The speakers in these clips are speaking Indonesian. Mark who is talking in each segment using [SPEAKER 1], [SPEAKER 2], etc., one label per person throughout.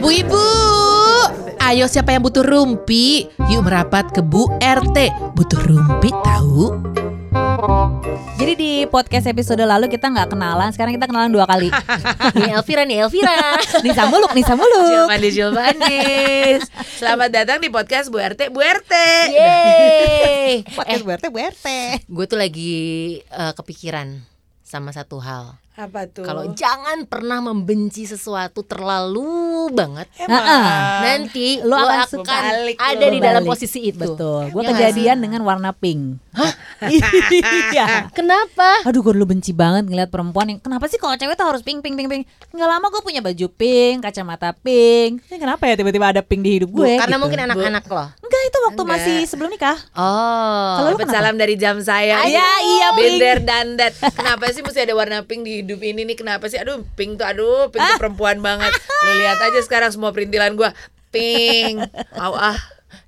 [SPEAKER 1] Bu Ibu, ayo siapa yang butuh rumpi? Yuk merapat ke Bu RT. Butuh rumpi tahu?
[SPEAKER 2] Jadi di podcast episode lalu kita nggak kenalan, sekarang kita kenalan dua kali.
[SPEAKER 3] Nih Elvira nih Elvira.
[SPEAKER 2] Nisa Muluk, Nisa Muluk.
[SPEAKER 1] Jilmanis, Jilmanis. Selamat datang di podcast Bu RT, Bu RT.
[SPEAKER 3] Yeay. Eh,
[SPEAKER 2] BRT, BRT.
[SPEAKER 3] gue tuh lagi eh, kepikiran sama satu hal.
[SPEAKER 1] Apa tuh?
[SPEAKER 3] Kalau jangan pernah membenci sesuatu terlalu banget. Nanti
[SPEAKER 2] Lo
[SPEAKER 3] lo,
[SPEAKER 2] akan
[SPEAKER 3] akan,
[SPEAKER 2] suka.
[SPEAKER 1] Balik Ya. lo.
[SPEAKER 3] ada di dalam
[SPEAKER 2] Balik.
[SPEAKER 3] posisi itu.
[SPEAKER 2] Betul. Gue
[SPEAKER 3] Iya nggak
[SPEAKER 2] kejadian
[SPEAKER 3] sih?
[SPEAKER 2] dengan warna pink. Hah? iya.
[SPEAKER 3] Kenapa?
[SPEAKER 2] Aduh gue dulu benci banget ngeliat perempuan yang Kenapa sih kalau cewek tuh harus pink pink pink pink Nggak lama gue punya baju pink, kacamata pink Ini Kenapa ya tiba-tiba ada pink di hidup
[SPEAKER 3] Bu,
[SPEAKER 2] gue
[SPEAKER 3] karena
[SPEAKER 2] gitu.
[SPEAKER 3] mungkin anak-anak lo.
[SPEAKER 2] Enggak itu waktu
[SPEAKER 1] Enggak.
[SPEAKER 2] masih sebelum nikah
[SPEAKER 3] Oh.
[SPEAKER 2] Kalau lu
[SPEAKER 1] Dapat
[SPEAKER 2] kenapa?
[SPEAKER 1] salam dari jam saya.
[SPEAKER 3] Iya, iya,
[SPEAKER 1] Binder dan that. Kenapa sih mesti ada warna pink di hidup ini nih? Kenapa sih? Aduh, pink tuh aduh, pink
[SPEAKER 3] Ah.
[SPEAKER 1] tuh perempuan banget. Lu lihat aja sekarang semua perintilan gua pink. Au ah.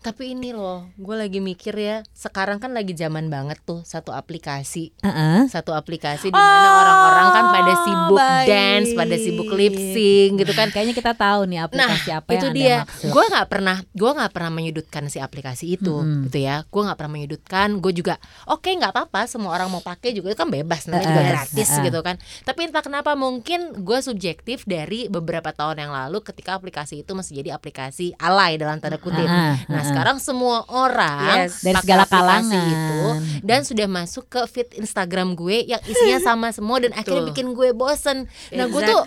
[SPEAKER 3] Tapi ini loh, gue lagi mikir ya. Sekarang kan lagi zaman banget tuh satu aplikasi.
[SPEAKER 2] Heeh.
[SPEAKER 3] satu aplikasi di mana
[SPEAKER 2] Oh,
[SPEAKER 3] orang-orang kan pada sibuk
[SPEAKER 2] baik.
[SPEAKER 3] dance, pada sibuk lip sync gitu kan.
[SPEAKER 2] Kayaknya kita tahu nih
[SPEAKER 3] Nah,
[SPEAKER 2] aplikasi apa
[SPEAKER 3] itu
[SPEAKER 2] yang
[SPEAKER 3] dia.
[SPEAKER 2] Anda maksud.
[SPEAKER 3] Gue nggak pernah, gue nggak pernah menyudutkan si aplikasi itu,
[SPEAKER 2] Mm-mm.
[SPEAKER 3] gitu ya. Gue nggak pernah menyudutkan. Gue juga, oke nggak apa-apa, semua orang mau pakai juga itu kan bebas, namanya juga
[SPEAKER 2] Eh, eh,
[SPEAKER 3] gratis
[SPEAKER 2] eh, eh.
[SPEAKER 3] gitu kan. Tapi entah kenapa mungkin gue subjektif dari beberapa tahun yang lalu ketika aplikasi itu masih jadi aplikasi alay dalam tanda kutip.
[SPEAKER 2] Heeh,
[SPEAKER 3] Nah
[SPEAKER 2] heeh.
[SPEAKER 3] sekarang semua orang
[SPEAKER 1] Yes.
[SPEAKER 2] Dari
[SPEAKER 3] pakai
[SPEAKER 2] segala
[SPEAKER 3] aplikasi
[SPEAKER 2] kalangan.
[SPEAKER 3] itu dan sudah masuk ke feed Instagram gue yang isinya sama semua dan akhirnya
[SPEAKER 1] Betul.
[SPEAKER 3] bikin gue bosen. Nah gue tuh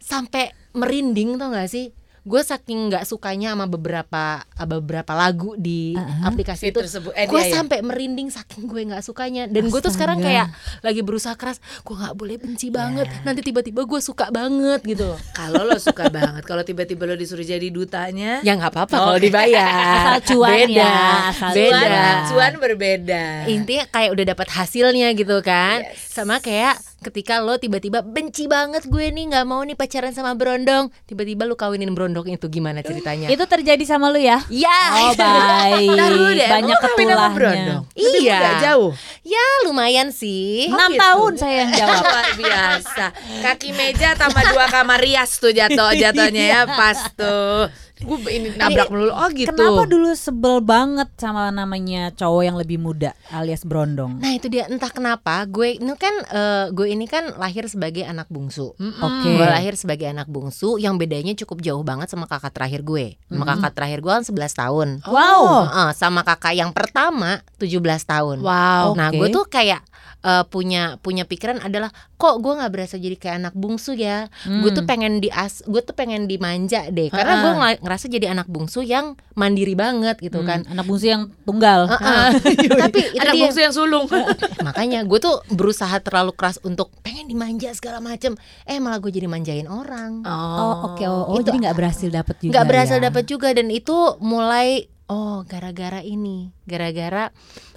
[SPEAKER 3] sampai merinding tau gak sih? Gue saking nggak sukanya sama beberapa eh, beberapa lagu di iya,
[SPEAKER 2] Uh-huh.
[SPEAKER 1] Fit
[SPEAKER 3] aplikasi itu.
[SPEAKER 1] tersebut. Eh,
[SPEAKER 3] Gue
[SPEAKER 1] dia ya.
[SPEAKER 3] sampai merinding saking gue nggak sukanya dan gue tuh sekarang
[SPEAKER 2] Astaga. Iya.
[SPEAKER 3] kayak lagi berusaha keras. Gue nggak boleh benci banget. Nanti tiba-tiba gue suka banget gitu. loh.
[SPEAKER 1] Kalau lo suka banget, kalau tiba-tiba lo disuruh jadi dutanya, Oh.
[SPEAKER 3] Ya nggak apa-apa kalau dibayar.
[SPEAKER 2] Asal cuan
[SPEAKER 3] beda,
[SPEAKER 2] ya, asal
[SPEAKER 3] beda.
[SPEAKER 1] cuan, cuan berbeda.
[SPEAKER 3] intinya kayak udah dapat hasilnya gitu kan
[SPEAKER 1] Yes.
[SPEAKER 3] sama kayak ketika lo tiba-tiba benci banget gue nih nggak mau nih pacaran sama berondong tiba-tiba lo kawinin berondong itu gimana ceritanya
[SPEAKER 2] Itu terjadi sama lu ya?
[SPEAKER 3] ya
[SPEAKER 2] Oh baik
[SPEAKER 1] Taruh deh,
[SPEAKER 2] Banyak
[SPEAKER 1] lo kawin sama
[SPEAKER 2] ketulahnya
[SPEAKER 1] berondong. Tapi
[SPEAKER 3] Iya.
[SPEAKER 1] udah jauh.
[SPEAKER 3] ya lumayan sih
[SPEAKER 2] 6 tahun saya yang jawab
[SPEAKER 1] Luar biasa. Kaki meja tambah dua kamar rias tuh jatuh jatuhnya ya pas tuh. Gue ini nabrak melulu. Oh gitu.
[SPEAKER 2] Kenapa dulu sebel banget sama namanya cowok yang lebih muda alias berondong?
[SPEAKER 3] nah itu dia entah kenapa gue ini kan eh, gue ini kan lahir sebagai anak bungsu
[SPEAKER 1] Oh.
[SPEAKER 2] Oke.
[SPEAKER 3] Gue Hmm, lahir sebagai anak bungsu yang bedanya cukup jauh banget sama kakak terakhir gue. Sama
[SPEAKER 2] Hmm.
[SPEAKER 3] kakak terakhir gue kan 11 tahun.
[SPEAKER 2] Oh. Wow.
[SPEAKER 3] Heeh, sama kakak yang pertama 17 tahun.
[SPEAKER 1] Wow.
[SPEAKER 3] Nah,
[SPEAKER 2] Oke.
[SPEAKER 3] gue tuh kayak eh, punya punya pikiran adalah kok gue nggak berasa jadi kayak anak bungsu ya.
[SPEAKER 2] Hmm.
[SPEAKER 3] Gue tuh pengen di gue tuh pengen dimanja deh. Karena gue ngel- ngerasa jadi anak bungsu yang mandiri banget gitu kan.
[SPEAKER 2] Hmm, anak bungsu yang tunggal.
[SPEAKER 3] Heeh. Ah. Tapi itu
[SPEAKER 1] Anak
[SPEAKER 3] dia.
[SPEAKER 1] bungsu yang sulung.
[SPEAKER 3] Makanya gue tuh berusaha terlalu keras untuk pengen dimanja segala macem. Eh malah gue jadi manjain orang.
[SPEAKER 2] Oh, oke. Oh, oh,
[SPEAKER 3] Itu-
[SPEAKER 2] jadi nggak berhasil dapet juga.
[SPEAKER 3] nggak berhasil
[SPEAKER 2] ya.
[SPEAKER 3] dapat juga dan itu mulai oh gara-gara ini gara-gara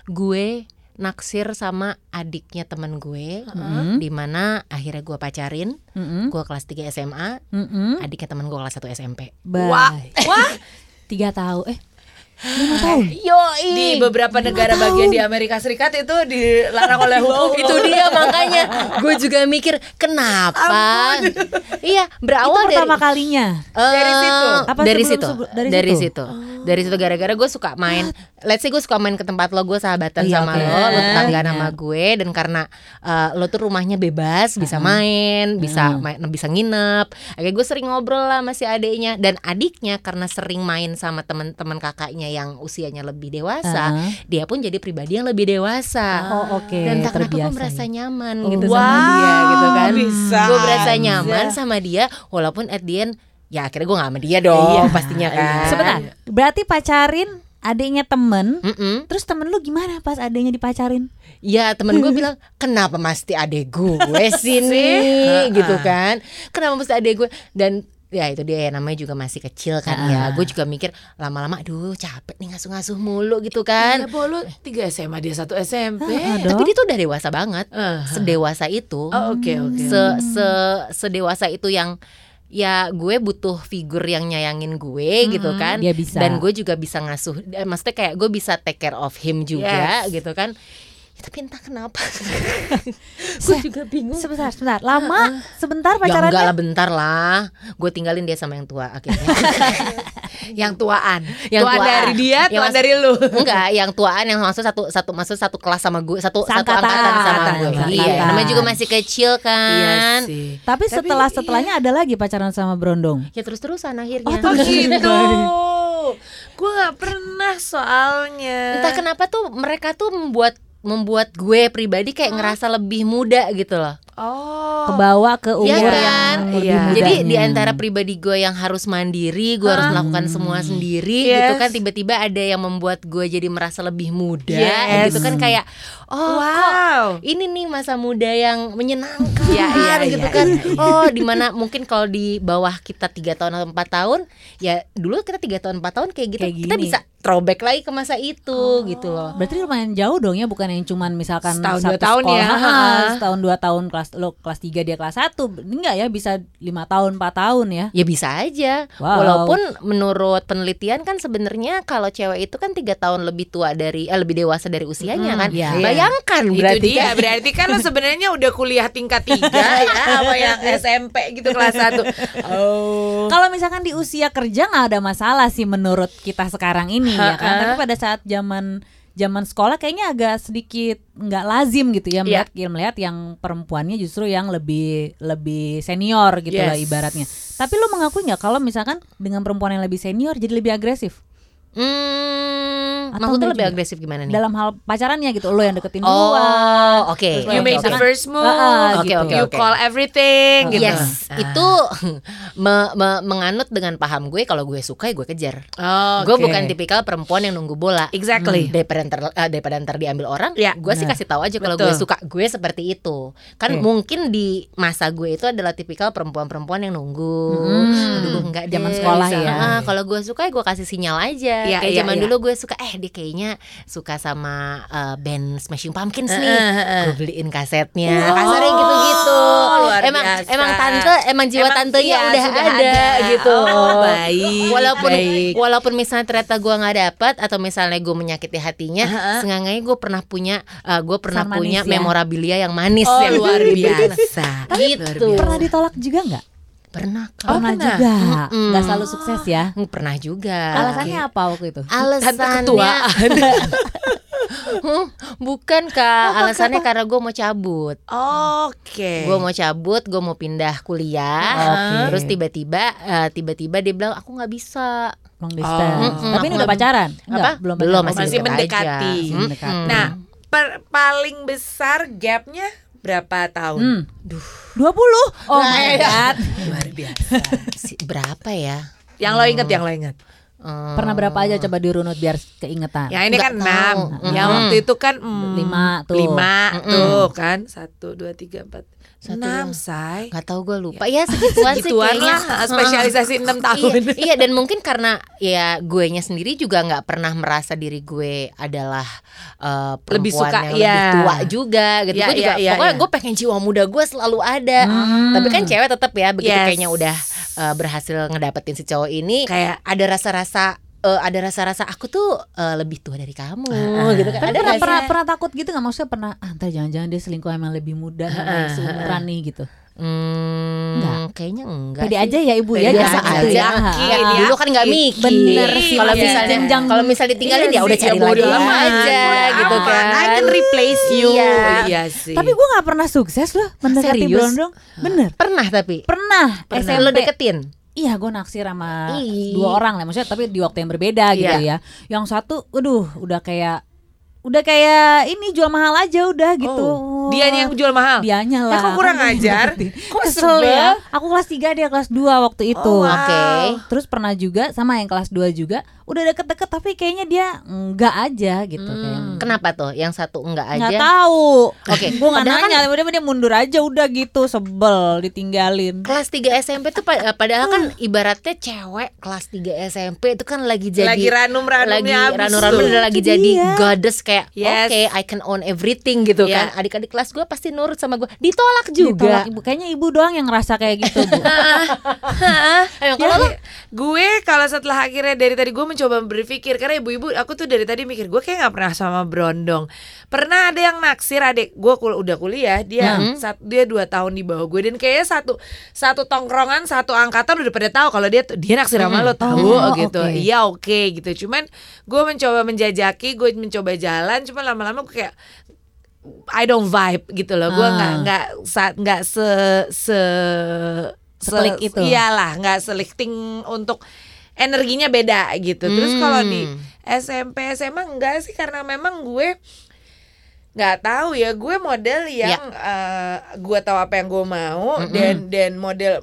[SPEAKER 3] gue naksir sama adiknya temen gue
[SPEAKER 2] Mm-mm.
[SPEAKER 3] di mana akhirnya gue pacarin
[SPEAKER 2] Mm-mm.
[SPEAKER 3] gue kelas 3 SMA
[SPEAKER 2] Mm-mm.
[SPEAKER 3] adiknya temen gue kelas 1 SMP
[SPEAKER 2] Baik.
[SPEAKER 1] Wah. Wah.
[SPEAKER 2] Tiga tahun. Eh, lima tahun.
[SPEAKER 3] yo
[SPEAKER 1] Di beberapa negara bagian di Amerika Serikat itu dilarang oleh hukum.
[SPEAKER 3] itu dia makanya gue juga mikir kenapa iya berawal
[SPEAKER 2] itu
[SPEAKER 3] dari
[SPEAKER 2] pertama kalinya.
[SPEAKER 1] Dari situ?
[SPEAKER 3] Eh,
[SPEAKER 2] Apa
[SPEAKER 3] dari
[SPEAKER 2] sebelum-
[SPEAKER 3] situ.
[SPEAKER 2] sebelum-
[SPEAKER 3] dari,
[SPEAKER 2] dari situ?
[SPEAKER 3] situ. Dari situ gara-gara gue suka main. Let's say gue suka main ke tempat lo, gue sahabatan
[SPEAKER 2] Oh, iya,
[SPEAKER 3] sama
[SPEAKER 2] oke.
[SPEAKER 3] lo, lo tetanggaan
[SPEAKER 2] Iya.
[SPEAKER 3] sama gue dan karena eh, lo tuh rumahnya bebas,
[SPEAKER 2] Iya.
[SPEAKER 3] bisa main, bisa main, bisa nginep. Akhirnya gue sering ngobrol lah sama si adiknya dan adiknya karena sering main sama teman-teman kakaknya yang usianya lebih dewasa,
[SPEAKER 2] Ah.
[SPEAKER 3] dia pun jadi pribadi yang lebih dewasa.
[SPEAKER 2] Oh, oke.
[SPEAKER 3] Ah. Dan tak kenapa gue
[SPEAKER 2] Terbiasa
[SPEAKER 3] merasa
[SPEAKER 2] ya.
[SPEAKER 3] nyaman
[SPEAKER 2] Oh.
[SPEAKER 3] gitu sama dia gitu kan
[SPEAKER 1] Bisa.
[SPEAKER 3] Gue merasa nyaman sama dia Walaupun at the end Ya akhirnya gue gak sama dia dong Pastinya kan
[SPEAKER 2] Sebentar. Berarti pacarin adiknya temen.
[SPEAKER 3] Mm-mm.
[SPEAKER 2] Terus temen lu gimana pas adiknya dipacarin?
[SPEAKER 3] Ya temen gue bilang Kenapa mesti adek gue sini Gitu kan Kenapa mesti adek gue Dan ya itu dia ya namanya juga masih kecil kan ya Gue juga mikir Lama-lama aduh capek nih ngasuh-ngasuh mulu gitu kan
[SPEAKER 1] Ya, Bo, lu tiga SMA dia satu SMP.
[SPEAKER 2] Ada.
[SPEAKER 3] Tapi dia tuh udah dewasa banget
[SPEAKER 1] Eh.
[SPEAKER 3] Sedewasa itu
[SPEAKER 1] Oh, oke oke.
[SPEAKER 3] se se sedewasa itu yang ya gue butuh figur yang nyayangin gue gitu kan
[SPEAKER 2] Dia Ya, bisa.
[SPEAKER 3] dan gue juga bisa ngasuh eh, maksudnya kayak gue bisa take care of him juga
[SPEAKER 1] Yes.
[SPEAKER 3] gitu kan Ya, tapi entah kenapa Ya gue
[SPEAKER 2] Se-
[SPEAKER 3] juga bingung
[SPEAKER 2] Sebentar, sebentar. Lama, sebentar
[SPEAKER 3] Ya enggak lah
[SPEAKER 2] pacarannya.
[SPEAKER 3] bentar lah Gue tinggalin dia sama yang tua akhirnya
[SPEAKER 1] Yang tuaan.
[SPEAKER 3] Yang
[SPEAKER 1] tuaan,
[SPEAKER 3] tuaan.
[SPEAKER 1] dari dia,
[SPEAKER 3] Yang
[SPEAKER 1] tuaan
[SPEAKER 3] mas-
[SPEAKER 1] dari lu.
[SPEAKER 3] Enggak, yang tuaan yang maksud satu satu maksud satu kelas sama gue, satu satu
[SPEAKER 2] Seangkatan.
[SPEAKER 3] angkatan sama gue.
[SPEAKER 2] Seangkatan.
[SPEAKER 3] Iya, namanya juga masih kecil
[SPEAKER 1] Iya
[SPEAKER 3] kan.
[SPEAKER 1] sih. Tapi
[SPEAKER 2] Tapi setelah
[SPEAKER 1] iya.
[SPEAKER 2] setelahnya ada lagi pacaran sama Brondong.
[SPEAKER 3] Ya terus-terusan
[SPEAKER 2] Oh,
[SPEAKER 3] akhirnya.
[SPEAKER 1] Oh
[SPEAKER 2] Terus
[SPEAKER 1] gitu.
[SPEAKER 2] baik.
[SPEAKER 1] Gue nggak pernah soalnya.
[SPEAKER 3] Entah kenapa tuh mereka tuh membuat membuat gue pribadi kayak
[SPEAKER 1] Hmm.
[SPEAKER 3] ngerasa lebih muda gitu loh.
[SPEAKER 1] Oh.
[SPEAKER 2] Kebawa ke umur
[SPEAKER 3] Iya kan?
[SPEAKER 2] yang
[SPEAKER 1] Iya.
[SPEAKER 2] lebih mudanya.
[SPEAKER 3] Jadi di antara pribadi gue yang harus mandiri, gue harus melakukan semua sendiri gitu
[SPEAKER 1] Ah. Yes.
[SPEAKER 3] kan tiba-tiba ada yang membuat gue jadi merasa lebih muda
[SPEAKER 1] Yes.
[SPEAKER 3] gitu kan kayak oh kok
[SPEAKER 1] Wow.
[SPEAKER 3] ini nih masa muda yang menyenangkan
[SPEAKER 1] Iya, iya,
[SPEAKER 3] gitu
[SPEAKER 1] iya,
[SPEAKER 3] kan
[SPEAKER 1] iya,
[SPEAKER 3] oh dimana mungkin kalau di bawah kita tiga tahun atau empat tahun ya dulu kita tiga tahun empat tahun kayak gitu
[SPEAKER 2] Kayak
[SPEAKER 3] kita
[SPEAKER 2] gini.
[SPEAKER 3] bisa throwback lagi ke masa itu
[SPEAKER 1] Oh.
[SPEAKER 3] gitu loh
[SPEAKER 2] Berarti lumayan jauh dong ya bukan yang cuman misalkan
[SPEAKER 1] Setahun,
[SPEAKER 2] satu
[SPEAKER 1] dua tahun ya.
[SPEAKER 2] sekolah,
[SPEAKER 1] Ha.
[SPEAKER 2] setahun dua tahun kelas lo kelas 3 dia kelas 1. Enggak ya bisa lima tahun, 4 tahun ya.
[SPEAKER 3] ya bisa aja
[SPEAKER 2] Wow.
[SPEAKER 3] walaupun menurut penelitian kan sebenarnya kalau cewek itu kan tiga tahun lebih tua dari eh, lebih dewasa dari usianya
[SPEAKER 2] Hmm,
[SPEAKER 3] kan
[SPEAKER 2] iya.
[SPEAKER 3] bayangkan
[SPEAKER 1] Berarti
[SPEAKER 3] berarti
[SPEAKER 1] itu dia,
[SPEAKER 3] kan
[SPEAKER 1] berarti kan lo sebenarnya udah kuliah tingkat tiga ya Apa yang SMP gitu kelas 1 Oh
[SPEAKER 2] Kalau misalkan di usia kerja nggak ada masalah sih menurut kita sekarang ini ya
[SPEAKER 1] Ha-ha.
[SPEAKER 2] kan. Tapi pada saat zaman zaman sekolah kayaknya agak sedikit nggak lazim gitu
[SPEAKER 1] Iya.
[SPEAKER 2] ya melihat melihat yang perempuannya justru yang lebih lebih senior gitu
[SPEAKER 1] Yes.
[SPEAKER 2] lah ibaratnya. Tapi lo mengakui nggak kalau misalkan dengan perempuan yang lebih senior jadi lebih agresif
[SPEAKER 3] hmm,
[SPEAKER 2] Atau
[SPEAKER 3] maksudnya
[SPEAKER 2] enggak
[SPEAKER 3] lebih
[SPEAKER 2] juga?
[SPEAKER 3] agresif gimana nih
[SPEAKER 2] dalam hal pacarannya gitu lo yang deketin
[SPEAKER 3] oh
[SPEAKER 2] duluan.
[SPEAKER 3] oke
[SPEAKER 2] Terus lo
[SPEAKER 1] You
[SPEAKER 2] yang
[SPEAKER 1] make the
[SPEAKER 2] misalkan-
[SPEAKER 1] first move
[SPEAKER 2] Ah,
[SPEAKER 3] Oke,
[SPEAKER 2] gitu.
[SPEAKER 3] oke,
[SPEAKER 1] You
[SPEAKER 3] oke.
[SPEAKER 1] call everything gitu
[SPEAKER 3] Yes,
[SPEAKER 2] Ah.
[SPEAKER 3] itu me- me- menganut dengan paham gue kalau gue suka ya gue kejar.
[SPEAKER 1] oh,
[SPEAKER 3] Gue
[SPEAKER 1] oke.
[SPEAKER 3] bukan tipikal perempuan yang nunggu bola.
[SPEAKER 1] Exactly
[SPEAKER 3] Daripada ntar, eh, daripada ntar diambil orang,
[SPEAKER 1] Ya,
[SPEAKER 3] gue sih
[SPEAKER 2] benar.
[SPEAKER 3] kasih tahu aja kalau gue
[SPEAKER 1] Betul. Hmm.
[SPEAKER 3] suka gue seperti itu. Kan
[SPEAKER 2] Oke.
[SPEAKER 3] mungkin di masa gue itu adalah tipikal perempuan-perempuan yang nunggu.
[SPEAKER 2] Hmm.
[SPEAKER 3] Dulu enggak deh,
[SPEAKER 2] Zaman sekolah
[SPEAKER 3] bisa.
[SPEAKER 2] ya.
[SPEAKER 3] Ah, kalau gue suka ya gue kasih sinyal aja.
[SPEAKER 1] Ya,
[SPEAKER 3] kayak
[SPEAKER 1] ya,
[SPEAKER 3] zaman
[SPEAKER 1] ya.
[SPEAKER 3] dulu gue suka, eh dia kayaknya suka sama eh, band Smashing Pumpkins nih.
[SPEAKER 1] Eh, eh, eh.
[SPEAKER 3] Gue beliin kasetnya.
[SPEAKER 1] Wow.
[SPEAKER 3] Kasarnya gitu-gitu.
[SPEAKER 1] Luar
[SPEAKER 3] Emang
[SPEAKER 1] biasa.
[SPEAKER 3] emang tante, emang jiwa
[SPEAKER 1] Emang
[SPEAKER 3] tantenya
[SPEAKER 1] iya,
[SPEAKER 3] udah
[SPEAKER 1] sudah
[SPEAKER 3] ada,
[SPEAKER 1] ada.
[SPEAKER 3] gitu.
[SPEAKER 1] Oh, baik,
[SPEAKER 3] Walaupun
[SPEAKER 1] baik.
[SPEAKER 3] walaupun misalnya ternyata gue nggak dapat atau misalnya gue menyakiti hatinya, seenggaknya gue pernah punya eh, gue pernah
[SPEAKER 2] Rasa manis
[SPEAKER 3] punya
[SPEAKER 2] ya.
[SPEAKER 3] memorabilia yang manis
[SPEAKER 1] Oh
[SPEAKER 3] yang
[SPEAKER 1] luar biasa
[SPEAKER 3] gitu.
[SPEAKER 2] Pernah ditolak juga nggak?
[SPEAKER 3] Pernah kan?
[SPEAKER 1] Oh,
[SPEAKER 2] Pernah
[SPEAKER 1] pernah.
[SPEAKER 2] juga.
[SPEAKER 3] Mm-mm.
[SPEAKER 2] Nggak selalu sukses ya.
[SPEAKER 3] Pernah juga.
[SPEAKER 2] Alasannya apa waktu itu?
[SPEAKER 1] Tante
[SPEAKER 3] Alasannya
[SPEAKER 1] ketuaan
[SPEAKER 3] Hmm, bukan kak. Alasannya karena gue mau cabut.
[SPEAKER 1] Oke
[SPEAKER 3] Gue mau cabut, gue mau pindah kuliah.
[SPEAKER 2] Oke.
[SPEAKER 3] Terus tiba-tiba, eh, tiba-tiba dia bilang aku nggak bisa.
[SPEAKER 2] long distance.
[SPEAKER 3] Oh. Mm-mm,
[SPEAKER 2] Tapi ini
[SPEAKER 3] aku
[SPEAKER 2] udah
[SPEAKER 3] nggak-
[SPEAKER 2] pacaran? Enggak,
[SPEAKER 3] Apa?
[SPEAKER 2] belum
[SPEAKER 3] belum
[SPEAKER 2] pacaran.
[SPEAKER 1] Masih
[SPEAKER 3] deket
[SPEAKER 1] mendekati.
[SPEAKER 3] aja. Hmm,
[SPEAKER 2] Masih
[SPEAKER 3] Mm-mm.
[SPEAKER 2] mendekati.
[SPEAKER 1] Nah per- Paling besar gapnya berapa tahun?
[SPEAKER 2] Hmm. Duh. 20.
[SPEAKER 3] Nah,
[SPEAKER 2] Oh my
[SPEAKER 3] iya.
[SPEAKER 2] god.
[SPEAKER 1] Luar biasa
[SPEAKER 3] Si- berapa ya?
[SPEAKER 1] Yang lo inget, yang lo inget
[SPEAKER 3] Hmm,
[SPEAKER 2] Pernah berapa aja coba dirunut biar keingetan.
[SPEAKER 1] Yang ini
[SPEAKER 3] Nggak
[SPEAKER 1] kan enam,
[SPEAKER 3] tahu.
[SPEAKER 1] yang
[SPEAKER 3] Mm.
[SPEAKER 1] waktu itu kan mm,
[SPEAKER 2] Lima tuh.
[SPEAKER 1] lima
[SPEAKER 3] Hmm.
[SPEAKER 1] tuh kan, satu dua tiga empat enam say.
[SPEAKER 3] nggak tahu gue lupa ya segituan sih
[SPEAKER 1] Gituan
[SPEAKER 3] kayaknya.
[SPEAKER 1] Iya. lah ah, spesialisasi enam tahun.
[SPEAKER 3] Iya, iya dan mungkin karena ya guenya sendiri juga nggak pernah merasa diri gue adalah eh, perempuan
[SPEAKER 1] Lebih suka,
[SPEAKER 3] yang
[SPEAKER 1] iya.
[SPEAKER 3] lebih tua juga gitu.
[SPEAKER 1] Iya,
[SPEAKER 3] gue juga
[SPEAKER 1] iya, iya,
[SPEAKER 3] pokoknya
[SPEAKER 1] iya. Hmm.
[SPEAKER 3] gue pengen jiwa muda gue selalu ada.
[SPEAKER 2] Hmm.
[SPEAKER 3] Tapi kan cewek tetap ya begitu
[SPEAKER 1] Yes.
[SPEAKER 3] kayaknya udah eh, berhasil ngedapetin si cowok ini
[SPEAKER 1] Kayak
[SPEAKER 3] ada rasa-rasa eh, ada rasa-rasa aku tuh eh, lebih tua dari kamu
[SPEAKER 1] Ah,
[SPEAKER 3] gitu kan.
[SPEAKER 2] Tapi
[SPEAKER 3] Ada
[SPEAKER 2] pernah,
[SPEAKER 3] nggak sih?
[SPEAKER 2] pernah, pernah takut gitu gak? Maksudnya pernah ah, ntar jangan-jangan dia selingkuh emang lebih muda sama yang seumuran nih gitu
[SPEAKER 3] Hmm,
[SPEAKER 2] Nggak.
[SPEAKER 3] kayaknya enggak.
[SPEAKER 2] Pede
[SPEAKER 3] sih.
[SPEAKER 2] aja ya ibu ya
[SPEAKER 1] Pede
[SPEAKER 2] jangan
[SPEAKER 1] aja,
[SPEAKER 2] gitu ya.
[SPEAKER 1] yakin.
[SPEAKER 3] Ya,
[SPEAKER 1] Iya,
[SPEAKER 3] dulu kan nggak
[SPEAKER 1] iya.
[SPEAKER 3] mikir.
[SPEAKER 2] Bener
[SPEAKER 1] sih,
[SPEAKER 3] Kalau
[SPEAKER 1] iya.
[SPEAKER 3] misalnya
[SPEAKER 2] Jenjang.
[SPEAKER 3] kalau misalnya ditinggalin
[SPEAKER 1] Iya
[SPEAKER 3] ya udah
[SPEAKER 1] sih,
[SPEAKER 3] cari
[SPEAKER 1] ya
[SPEAKER 3] lagi
[SPEAKER 1] bodo
[SPEAKER 3] lama
[SPEAKER 1] amat,
[SPEAKER 3] aja
[SPEAKER 1] bodo
[SPEAKER 3] gitu
[SPEAKER 1] amat.
[SPEAKER 3] kan.
[SPEAKER 1] I can replace you.
[SPEAKER 3] Iya.
[SPEAKER 1] sih.
[SPEAKER 2] Tapi gue gak pernah sukses loh mendekati
[SPEAKER 3] Serius?
[SPEAKER 2] Brondong Bener
[SPEAKER 3] Pernah tapi
[SPEAKER 2] Pernah,
[SPEAKER 3] pernah Iya.
[SPEAKER 2] SMP
[SPEAKER 3] lo deketin.
[SPEAKER 2] Iya gue naksir sama
[SPEAKER 3] Ih.
[SPEAKER 2] dua orang lah Maksudnya tapi di waktu yang berbeda gitu
[SPEAKER 1] Iya.
[SPEAKER 2] ya Yang satu aduh udah kayak Udah kayak ini jual mahal aja udah gitu
[SPEAKER 1] Oh, dia yang jual mahal.
[SPEAKER 2] Dianya
[SPEAKER 1] Ya,
[SPEAKER 2] lah
[SPEAKER 1] kok kurang
[SPEAKER 2] Kan gue
[SPEAKER 1] ajar?
[SPEAKER 2] ngerti.
[SPEAKER 1] Kok
[SPEAKER 2] Kesel
[SPEAKER 1] sebel?
[SPEAKER 2] ya Aku kelas 3 dia kelas 2 waktu itu
[SPEAKER 1] Oh, wow.
[SPEAKER 3] Oke.
[SPEAKER 2] Terus pernah juga sama yang kelas 2 juga Udah deket-deket tapi kayaknya dia enggak aja gitu
[SPEAKER 1] Hmm,
[SPEAKER 2] kayak
[SPEAKER 3] Hmm. Kenapa tuh? Yang satu enggak
[SPEAKER 2] Nggak
[SPEAKER 3] aja.
[SPEAKER 2] tahu
[SPEAKER 3] Oke,
[SPEAKER 2] Gue gak
[SPEAKER 3] padahal kan-
[SPEAKER 2] nanya tiba-tiba dia mundur aja udah gitu Sebel ditinggalin
[SPEAKER 3] Kelas 3 SMP tuh pa- padahal kan ibaratnya cewek kelas 3 SMP itu kan lagi jadi
[SPEAKER 1] lagi ranum-ranumnya
[SPEAKER 3] lagi
[SPEAKER 1] habis
[SPEAKER 3] ranu-ranu
[SPEAKER 1] tuh.
[SPEAKER 3] udah lagi
[SPEAKER 2] Itu
[SPEAKER 3] jadi
[SPEAKER 2] dia.
[SPEAKER 3] goddess kayak
[SPEAKER 1] Yes.
[SPEAKER 3] oke I can own everything gitu
[SPEAKER 1] Iya.
[SPEAKER 3] kan adik-adik kelas gue pasti nurut sama gue ditolak juga
[SPEAKER 2] Ditolak ibu. Kayaknya ibu doang yang ngerasa kayak gitu, Bu.
[SPEAKER 3] Ayo,
[SPEAKER 1] Ya,
[SPEAKER 2] Iya
[SPEAKER 3] kalau lo
[SPEAKER 1] gue kalau setelah akhirnya dari tadi gue mencoba berpikir karena ibu-ibu aku tuh dari tadi mikir gue kayak nggak pernah sama Brondong. Pernah ada yang naksir adik gue kul udah kuliah dia
[SPEAKER 2] Hmm.
[SPEAKER 1] sat- dia dua tahun di bawah gue dan kayaknya satu satu tongkrongan satu angkatan udah pada tahu kalau dia tuh- dia naksir sama lo tahu
[SPEAKER 2] Oh,
[SPEAKER 1] gitu.
[SPEAKER 2] oke.
[SPEAKER 1] Iya oke gitu. Cuman gue mencoba menjajaki gue mencoba jalan cuman lama-lama gue kayak I don't vibe gitu loh. Gue
[SPEAKER 2] Ah.
[SPEAKER 1] nggak nggak sa- nggak se se
[SPEAKER 2] Seklik
[SPEAKER 1] se-
[SPEAKER 2] itu.
[SPEAKER 1] Iyalah, nggak selecting untuk energinya beda gitu. Terus kalau di
[SPEAKER 3] Hmm.
[SPEAKER 1] SMP SMA enggak sih karena memang gue nggak tahu ya gue model yang eh, gue tahu apa yang gue mau dan dan model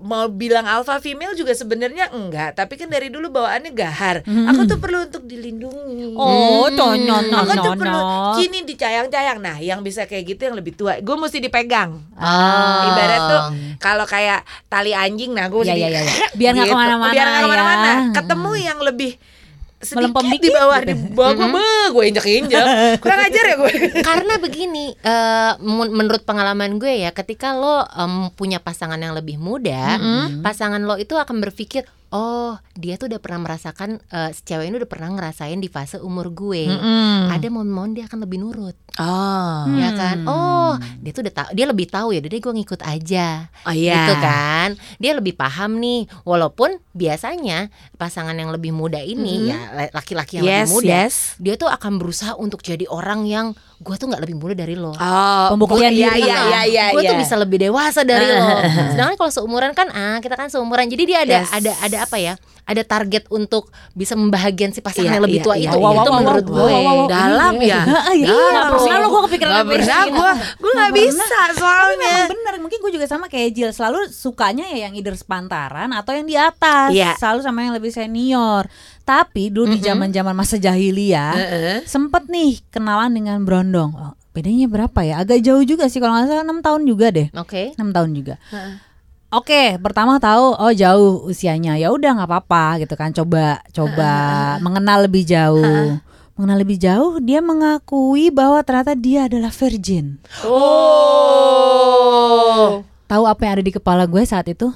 [SPEAKER 1] mau bilang alpha female juga sebenarnya enggak tapi kan dari dulu bawaannya gahar aku tuh perlu untuk dilindungi
[SPEAKER 2] Oh,
[SPEAKER 3] Hmm.
[SPEAKER 2] tonyon, no,
[SPEAKER 1] aku
[SPEAKER 2] no,
[SPEAKER 1] tuh perlu
[SPEAKER 2] no.
[SPEAKER 1] kini dicayang-cayang nah yang bisa kayak gitu yang lebih tua gue mesti dipegang
[SPEAKER 3] Ah.
[SPEAKER 1] ibarat tuh kalau kayak tali anjing nah gue
[SPEAKER 2] Ya,
[SPEAKER 1] mesti
[SPEAKER 2] ya,
[SPEAKER 1] di-
[SPEAKER 2] ya, ya. Biar nggak
[SPEAKER 1] gitu.
[SPEAKER 2] kemana-mana
[SPEAKER 1] biar nggak
[SPEAKER 2] ya.
[SPEAKER 1] kemana-mana ketemu yang lebih sedikit
[SPEAKER 2] Melempem
[SPEAKER 1] di
[SPEAKER 2] dikit
[SPEAKER 1] bawah
[SPEAKER 2] gitu.
[SPEAKER 1] di bawah gue gue injek injek kurang ajar ya gue
[SPEAKER 3] karena begini eh, men- menurut pengalaman gue ya ketika lo em, punya pasangan yang lebih muda
[SPEAKER 1] Mm-hmm.
[SPEAKER 3] pasangan lo itu akan berpikir oh dia tuh udah pernah merasakan eh, si cewek ini udah pernah ngerasain di fase umur gue ada momen-momen dia akan lebih nurut
[SPEAKER 1] oh
[SPEAKER 3] ya kan oh dia tuh udah tahu dia lebih tahu ya jadi gue ngikut aja
[SPEAKER 1] oh iya
[SPEAKER 3] gitu kan dia lebih paham nih walaupun biasanya pasangan yang lebih muda ini ya la- laki-laki yang
[SPEAKER 1] yes
[SPEAKER 3] lebih muda
[SPEAKER 1] yes
[SPEAKER 3] dia tuh akan berusaha untuk jadi orang yang gue tuh nggak lebih muda dari lo
[SPEAKER 1] oh
[SPEAKER 2] Pembuktian
[SPEAKER 1] iya,
[SPEAKER 2] diri.
[SPEAKER 1] iya iya iya
[SPEAKER 3] gue
[SPEAKER 1] iya.
[SPEAKER 3] tuh
[SPEAKER 1] Ah.
[SPEAKER 3] bisa lebih dewasa dari lo sedangkan kalau seumuran kan ah kita kan seumuran jadi dia ada
[SPEAKER 1] Yes.
[SPEAKER 3] ada ada apa ya ada target untuk bisa membahagiakan si pasangan
[SPEAKER 1] Iya,
[SPEAKER 3] yang lebih
[SPEAKER 1] iya,
[SPEAKER 3] tua
[SPEAKER 1] iya,
[SPEAKER 3] itu
[SPEAKER 1] iya.
[SPEAKER 3] itu
[SPEAKER 1] Wow, wow,
[SPEAKER 3] menurut
[SPEAKER 1] wow,
[SPEAKER 3] gue
[SPEAKER 1] wow, wow, wow. Dalam
[SPEAKER 2] Ini
[SPEAKER 1] ya?
[SPEAKER 2] gitu Heeh, Iya, nggak
[SPEAKER 1] Dalam.
[SPEAKER 2] pernah lo gue kepikiran
[SPEAKER 1] Nggak
[SPEAKER 2] sampai
[SPEAKER 1] pernah
[SPEAKER 2] segini.
[SPEAKER 1] gue gue nggak
[SPEAKER 2] Nggak
[SPEAKER 1] bisa
[SPEAKER 2] Tapi
[SPEAKER 1] soalnya
[SPEAKER 2] memang benar, mungkin gue juga sama kayak Jill Selalu sukanya ya yang either sepantaran atau yang di atas
[SPEAKER 1] Iya.
[SPEAKER 2] Selalu sama yang lebih senior Tapi dulu di zaman zaman masa jahiliyah
[SPEAKER 1] Heeh.
[SPEAKER 2] Sempet nih kenalan dengan Brondong oh, Bedanya berapa ya? Agak jauh juga sih kalau nggak salah 6 tahun juga deh
[SPEAKER 3] oke
[SPEAKER 2] 6 tahun juga. Oke, pertama tahu oh jauh usianya. Ya udah nggak apa-apa gitu kan. Coba coba mengenal lebih jauh. Mengenal lebih jauh, dia mengakui bahwa ternyata dia adalah virgin.
[SPEAKER 1] oh
[SPEAKER 2] Tahu apa yang ada di kepala gue saat itu?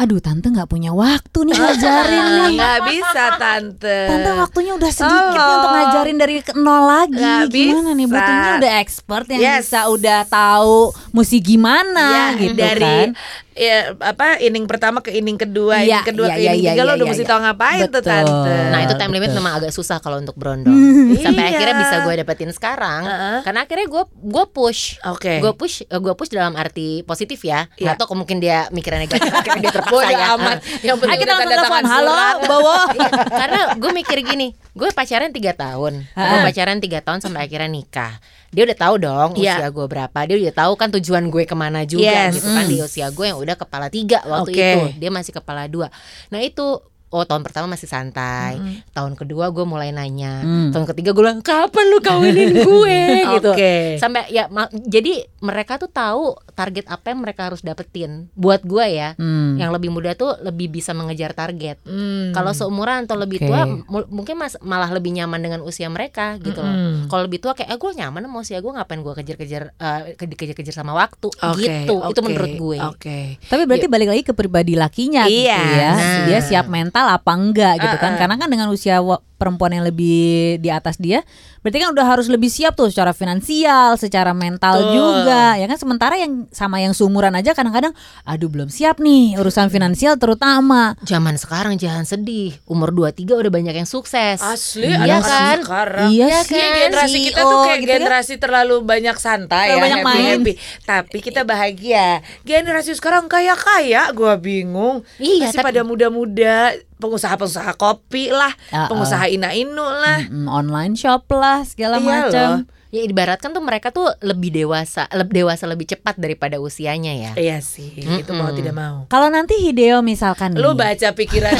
[SPEAKER 2] Aduh, tante nggak punya waktu nih ngajarin nih.
[SPEAKER 1] nggak bisa tante
[SPEAKER 2] Tante waktunya udah sedikit nih
[SPEAKER 1] Tolong.
[SPEAKER 2] untuk ngajarin dari ke- nol lagi.
[SPEAKER 1] Oh. Nggak
[SPEAKER 2] gimana nih
[SPEAKER 1] bisa.
[SPEAKER 2] butuhnya udah expert yang
[SPEAKER 1] Yes.
[SPEAKER 2] bisa udah tahu mesti gimana gitu
[SPEAKER 1] Iya, dari
[SPEAKER 2] kan.
[SPEAKER 1] ya, apa inning pertama ke inning kedua,
[SPEAKER 2] Iya,
[SPEAKER 1] inning kedua
[SPEAKER 2] iya,
[SPEAKER 1] ke
[SPEAKER 2] iya,
[SPEAKER 1] inning
[SPEAKER 2] iya,
[SPEAKER 1] tiga lo
[SPEAKER 2] iya,
[SPEAKER 1] udah
[SPEAKER 2] iya,
[SPEAKER 1] mesti
[SPEAKER 2] iya.
[SPEAKER 1] tahu ngapain tuh
[SPEAKER 2] Betul.
[SPEAKER 1] tante.
[SPEAKER 3] nah itu time limit memang agak susah kalau untuk berondong sampai
[SPEAKER 1] Iya.
[SPEAKER 3] akhirnya bisa gue dapetin sekarang
[SPEAKER 1] Heeh.
[SPEAKER 3] karena akhirnya gue gue push
[SPEAKER 1] Oke.
[SPEAKER 3] Gue push, gue push dalam arti positif ya.
[SPEAKER 1] Iya.
[SPEAKER 3] Atau mungkin dia mikirnya negatif, akhirnya dia terpaksa
[SPEAKER 1] Bodo
[SPEAKER 3] ya.
[SPEAKER 1] amat. Yang
[SPEAKER 2] Ayo
[SPEAKER 1] penting
[SPEAKER 2] kita
[SPEAKER 1] udah
[SPEAKER 2] langsung
[SPEAKER 1] tanda
[SPEAKER 2] telepon.
[SPEAKER 1] tangan
[SPEAKER 2] Halo,
[SPEAKER 1] surat.
[SPEAKER 2] Bowo.
[SPEAKER 3] Iya, karena gue mikir gini gue pacaran tiga tahun gue pacaran tiga tahun sampai akhirnya nikah dia udah tahu dong
[SPEAKER 1] Iya.
[SPEAKER 3] usia gue berapa dia udah tahu kan tujuan gue kemana juga
[SPEAKER 1] Yes. mm.
[SPEAKER 3] gitu kan di usia gue yang udah kepala tiga waktu
[SPEAKER 1] Oke.
[SPEAKER 3] itu dia masih kepala dua nah itu Oh tahun pertama masih santai, tahun kedua gue mulai nanya,
[SPEAKER 1] Mm.
[SPEAKER 3] tahun ketiga gue bilang kapan lu kawinin gue gitu,
[SPEAKER 1] Oke.
[SPEAKER 3] sampai ya ma- jadi mereka tuh tahu target apa yang mereka harus dapetin. Buat gue ya,
[SPEAKER 2] Hmm.
[SPEAKER 1] Mm.
[SPEAKER 3] yang lebih muda tuh lebih bisa mengejar target.
[SPEAKER 1] Hmm.
[SPEAKER 3] Kalau seumuran atau lebih
[SPEAKER 2] Oke.
[SPEAKER 3] tua mu- mungkin mas, malah lebih nyaman dengan usia mereka gitu loh.
[SPEAKER 1] Mm-mm.
[SPEAKER 3] Kalau lebih tua kayak eh, gue nyaman sama usia gue ngapain gue kejar-kejar eh, ke- dikejar-kejar sama waktu
[SPEAKER 1] Oke,
[SPEAKER 3] gitu.
[SPEAKER 1] oke,
[SPEAKER 3] Itu menurut gue.
[SPEAKER 1] Oke.
[SPEAKER 2] Tapi berarti balik lagi ke pribadi lakinya
[SPEAKER 1] Iya,
[SPEAKER 2] gitu ya.
[SPEAKER 3] nah.
[SPEAKER 2] Dia siap mental apa enggak gitu kan.
[SPEAKER 1] Uh-uh.
[SPEAKER 2] Karena kan dengan usia wa- perempuan yang lebih di atas dia, berarti kan udah harus lebih siap tuh secara finansial, secara mental
[SPEAKER 1] Betul.
[SPEAKER 2] juga. Ya kan sementara yang sama yang seumuran aja kadang-kadang aduh belum siap nih urusan finansial terutama.
[SPEAKER 3] Zaman sekarang jangan sedih. Umur 23 udah banyak yang sukses.
[SPEAKER 1] Asli
[SPEAKER 3] Iya
[SPEAKER 1] anak-anak
[SPEAKER 3] kan?
[SPEAKER 1] sekarang.
[SPEAKER 2] Iya
[SPEAKER 1] Iya
[SPEAKER 2] sih.
[SPEAKER 1] kan? generasi kita tuh
[SPEAKER 2] CEO
[SPEAKER 1] kayak
[SPEAKER 2] gitu ya.
[SPEAKER 1] generasi terlalu banyak santai
[SPEAKER 2] Terlalu
[SPEAKER 1] ya,
[SPEAKER 2] banyak
[SPEAKER 1] happy,
[SPEAKER 2] main.
[SPEAKER 1] happy. Tapi kita bahagia. Generasi sekarang kaya kaya, gua bingung.
[SPEAKER 3] Iya,
[SPEAKER 1] Masih
[SPEAKER 3] tapi-
[SPEAKER 1] pada muda-muda, pengusaha-pengusaha kopi lah,
[SPEAKER 3] Ah,
[SPEAKER 2] Uh-uh.
[SPEAKER 1] pengusaha ina inu
[SPEAKER 3] Hmm.
[SPEAKER 1] lah.
[SPEAKER 2] Mm, online shop lah segala
[SPEAKER 1] Iya
[SPEAKER 2] macam.
[SPEAKER 1] loh.
[SPEAKER 3] Ya ibaratkan tuh mereka tuh lebih dewasa, lebih dewasa lebih cepat daripada usianya ya.
[SPEAKER 1] Iya sih, itu mau tidak mau.
[SPEAKER 2] Kalau nanti Hideo
[SPEAKER 3] Hmm.
[SPEAKER 2] misalkan
[SPEAKER 1] Lu
[SPEAKER 2] nih,
[SPEAKER 1] baca pikiran.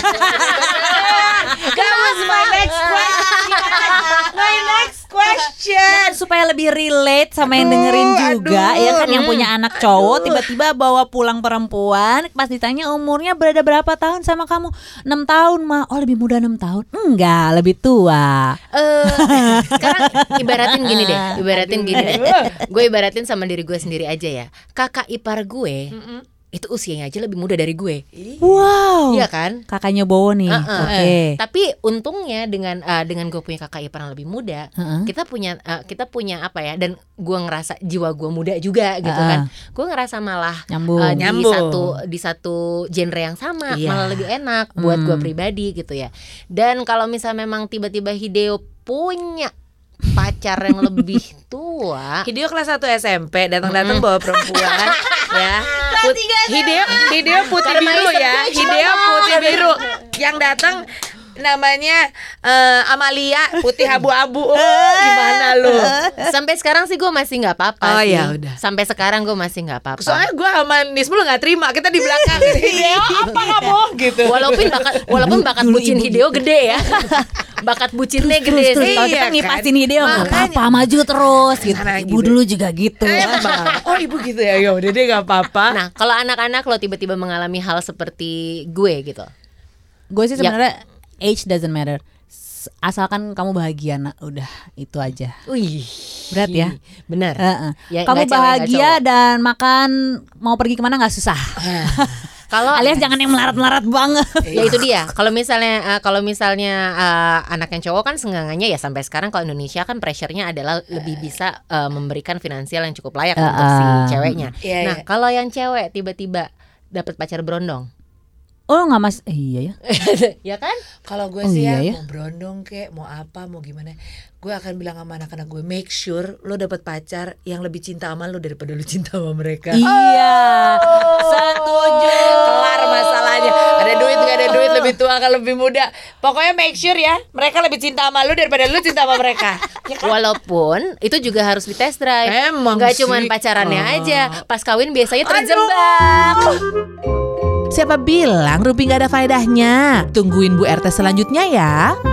[SPEAKER 1] That was my next question. My next question.
[SPEAKER 2] Dan supaya lebih relate sama yang dengerin juga
[SPEAKER 1] Kan. aduh,
[SPEAKER 2] ya kan yang punya anak cowok tiba-tiba bawa pulang perempuan pas ditanya umurnya berada berapa tahun sama kamu 6 tahun mah oh lebih muda 6 tahun enggak lebih tua
[SPEAKER 3] Eh, sekarang ibaratin gini deh, ibaratin gini deh. Gue ibaratin sama diri gue sendiri aja ya. Kakak ipar gue
[SPEAKER 1] Hmm.
[SPEAKER 3] itu usianya aja lebih muda dari gue.
[SPEAKER 1] Oh.
[SPEAKER 2] wow
[SPEAKER 3] Iya kan?
[SPEAKER 2] kakaknya Bowo nih
[SPEAKER 3] Heeh.
[SPEAKER 2] oke
[SPEAKER 3] Tapi untungnya dengan eh, dengan gue punya kakak ipar yang lebih muda,
[SPEAKER 2] Heeh.
[SPEAKER 3] kita punya eh, kita punya apa ya? Dan gue ngerasa jiwa gue muda juga gitu
[SPEAKER 2] Heeh.
[SPEAKER 3] kan. Gue ngerasa malah
[SPEAKER 2] nyambung
[SPEAKER 1] Ah,
[SPEAKER 3] eh, di
[SPEAKER 1] Nyambung.
[SPEAKER 3] satu di satu genre yang sama
[SPEAKER 1] Iya.
[SPEAKER 3] malah lebih enak buat
[SPEAKER 2] Hmm.
[SPEAKER 3] gue pribadi gitu ya dan kalau misalnya memang tiba-tiba Hideo punya pacar yang lebih tua
[SPEAKER 1] Hideo kelas 1 SMP datang-datang bawa perempuan ya. Put- Hideo Hideo putih biru ya. Hideo putih biru yang datang namanya eh, Amalia putih abu-abu. Oh, gimana lu?
[SPEAKER 3] sampai sekarang sih gue masih nggak apa-apa
[SPEAKER 1] Oh,
[SPEAKER 3] sih.
[SPEAKER 1] ya udah.
[SPEAKER 3] sampai sekarang gue masih nggak apa-apa
[SPEAKER 1] Soalnya gue sama Nismu lu gak terima Kita di belakang Hideo Iya, apa kamu gitu
[SPEAKER 3] walaupun bakat walaupun bakat
[SPEAKER 2] dulu
[SPEAKER 3] bucin
[SPEAKER 2] ibu gitu.
[SPEAKER 3] Hideo gede ya bakat bucinnya
[SPEAKER 2] terus
[SPEAKER 3] gede
[SPEAKER 2] terus
[SPEAKER 3] sih
[SPEAKER 2] kalau
[SPEAKER 1] Iya
[SPEAKER 2] kita
[SPEAKER 1] kan?
[SPEAKER 2] ngipasin Hideo nggak
[SPEAKER 1] Makanya.
[SPEAKER 2] apa-apa maju terus gitu
[SPEAKER 1] Sana
[SPEAKER 2] ibu
[SPEAKER 1] gitu.
[SPEAKER 2] dulu juga gitu
[SPEAKER 1] Emang. Oh ibu gitu ya Yaudah deh gak apa-apa
[SPEAKER 3] nah kalau anak-anak lo tiba-tiba mengalami hal seperti gue gitu
[SPEAKER 2] gue sih
[SPEAKER 3] Ya.
[SPEAKER 2] sebenarnya age doesn't matter S- asalkan kamu bahagia nak udah itu aja
[SPEAKER 3] Wih,
[SPEAKER 2] berat ya
[SPEAKER 3] benar.
[SPEAKER 2] Heeh.
[SPEAKER 3] Ya,
[SPEAKER 2] kamu
[SPEAKER 3] nggak cewek, nggak
[SPEAKER 2] bahagia
[SPEAKER 3] cowok.
[SPEAKER 2] dan makan mau pergi kemana nggak susah
[SPEAKER 3] Kalau
[SPEAKER 2] alias jangan yang melarat melarat banget
[SPEAKER 3] ya itu dia kalau misalnya eh, kalau misalnya eh, anak yang cowok kan senggangannya ya sampai sekarang kalau Indonesia kan pressure-nya adalah lebih bisa eh, memberikan finansial yang cukup layak untuk si
[SPEAKER 2] Eh, eh.
[SPEAKER 3] ceweknya
[SPEAKER 1] Iya,
[SPEAKER 3] nah
[SPEAKER 1] iya.
[SPEAKER 3] kalau yang cewek tiba-tiba dapat pacar berondong
[SPEAKER 2] oh nggak mas eh, iya ya
[SPEAKER 3] ya kan
[SPEAKER 1] Kalau gue
[SPEAKER 2] Oh,
[SPEAKER 1] sih
[SPEAKER 2] iya ya.
[SPEAKER 1] ya, mau berondong kek, mau apa, mau gimana Gue akan bilang sama anak-anak gue Make sure lo dapat pacar yang lebih cinta sama lo daripada lo cinta sama mereka
[SPEAKER 3] Oh.
[SPEAKER 1] Oh,
[SPEAKER 2] iya setuju
[SPEAKER 1] Kelar masalahnya Ada duit gak ada duit, lebih tua akan lebih muda Pokoknya make sure ya, mereka lebih cinta sama lo daripada lo cinta sama mereka
[SPEAKER 3] walaupun itu juga harus di test drive
[SPEAKER 1] Ya kan? Emang
[SPEAKER 3] nggak
[SPEAKER 1] sih.
[SPEAKER 3] cuman pacarannya
[SPEAKER 1] Ah.
[SPEAKER 3] aja pas kawin biasanya
[SPEAKER 1] Aduh.
[SPEAKER 3] terjebak
[SPEAKER 4] Siapa bilang Ruby nggak ada faedahnya? Tungguin Bu RT selanjutnya ya.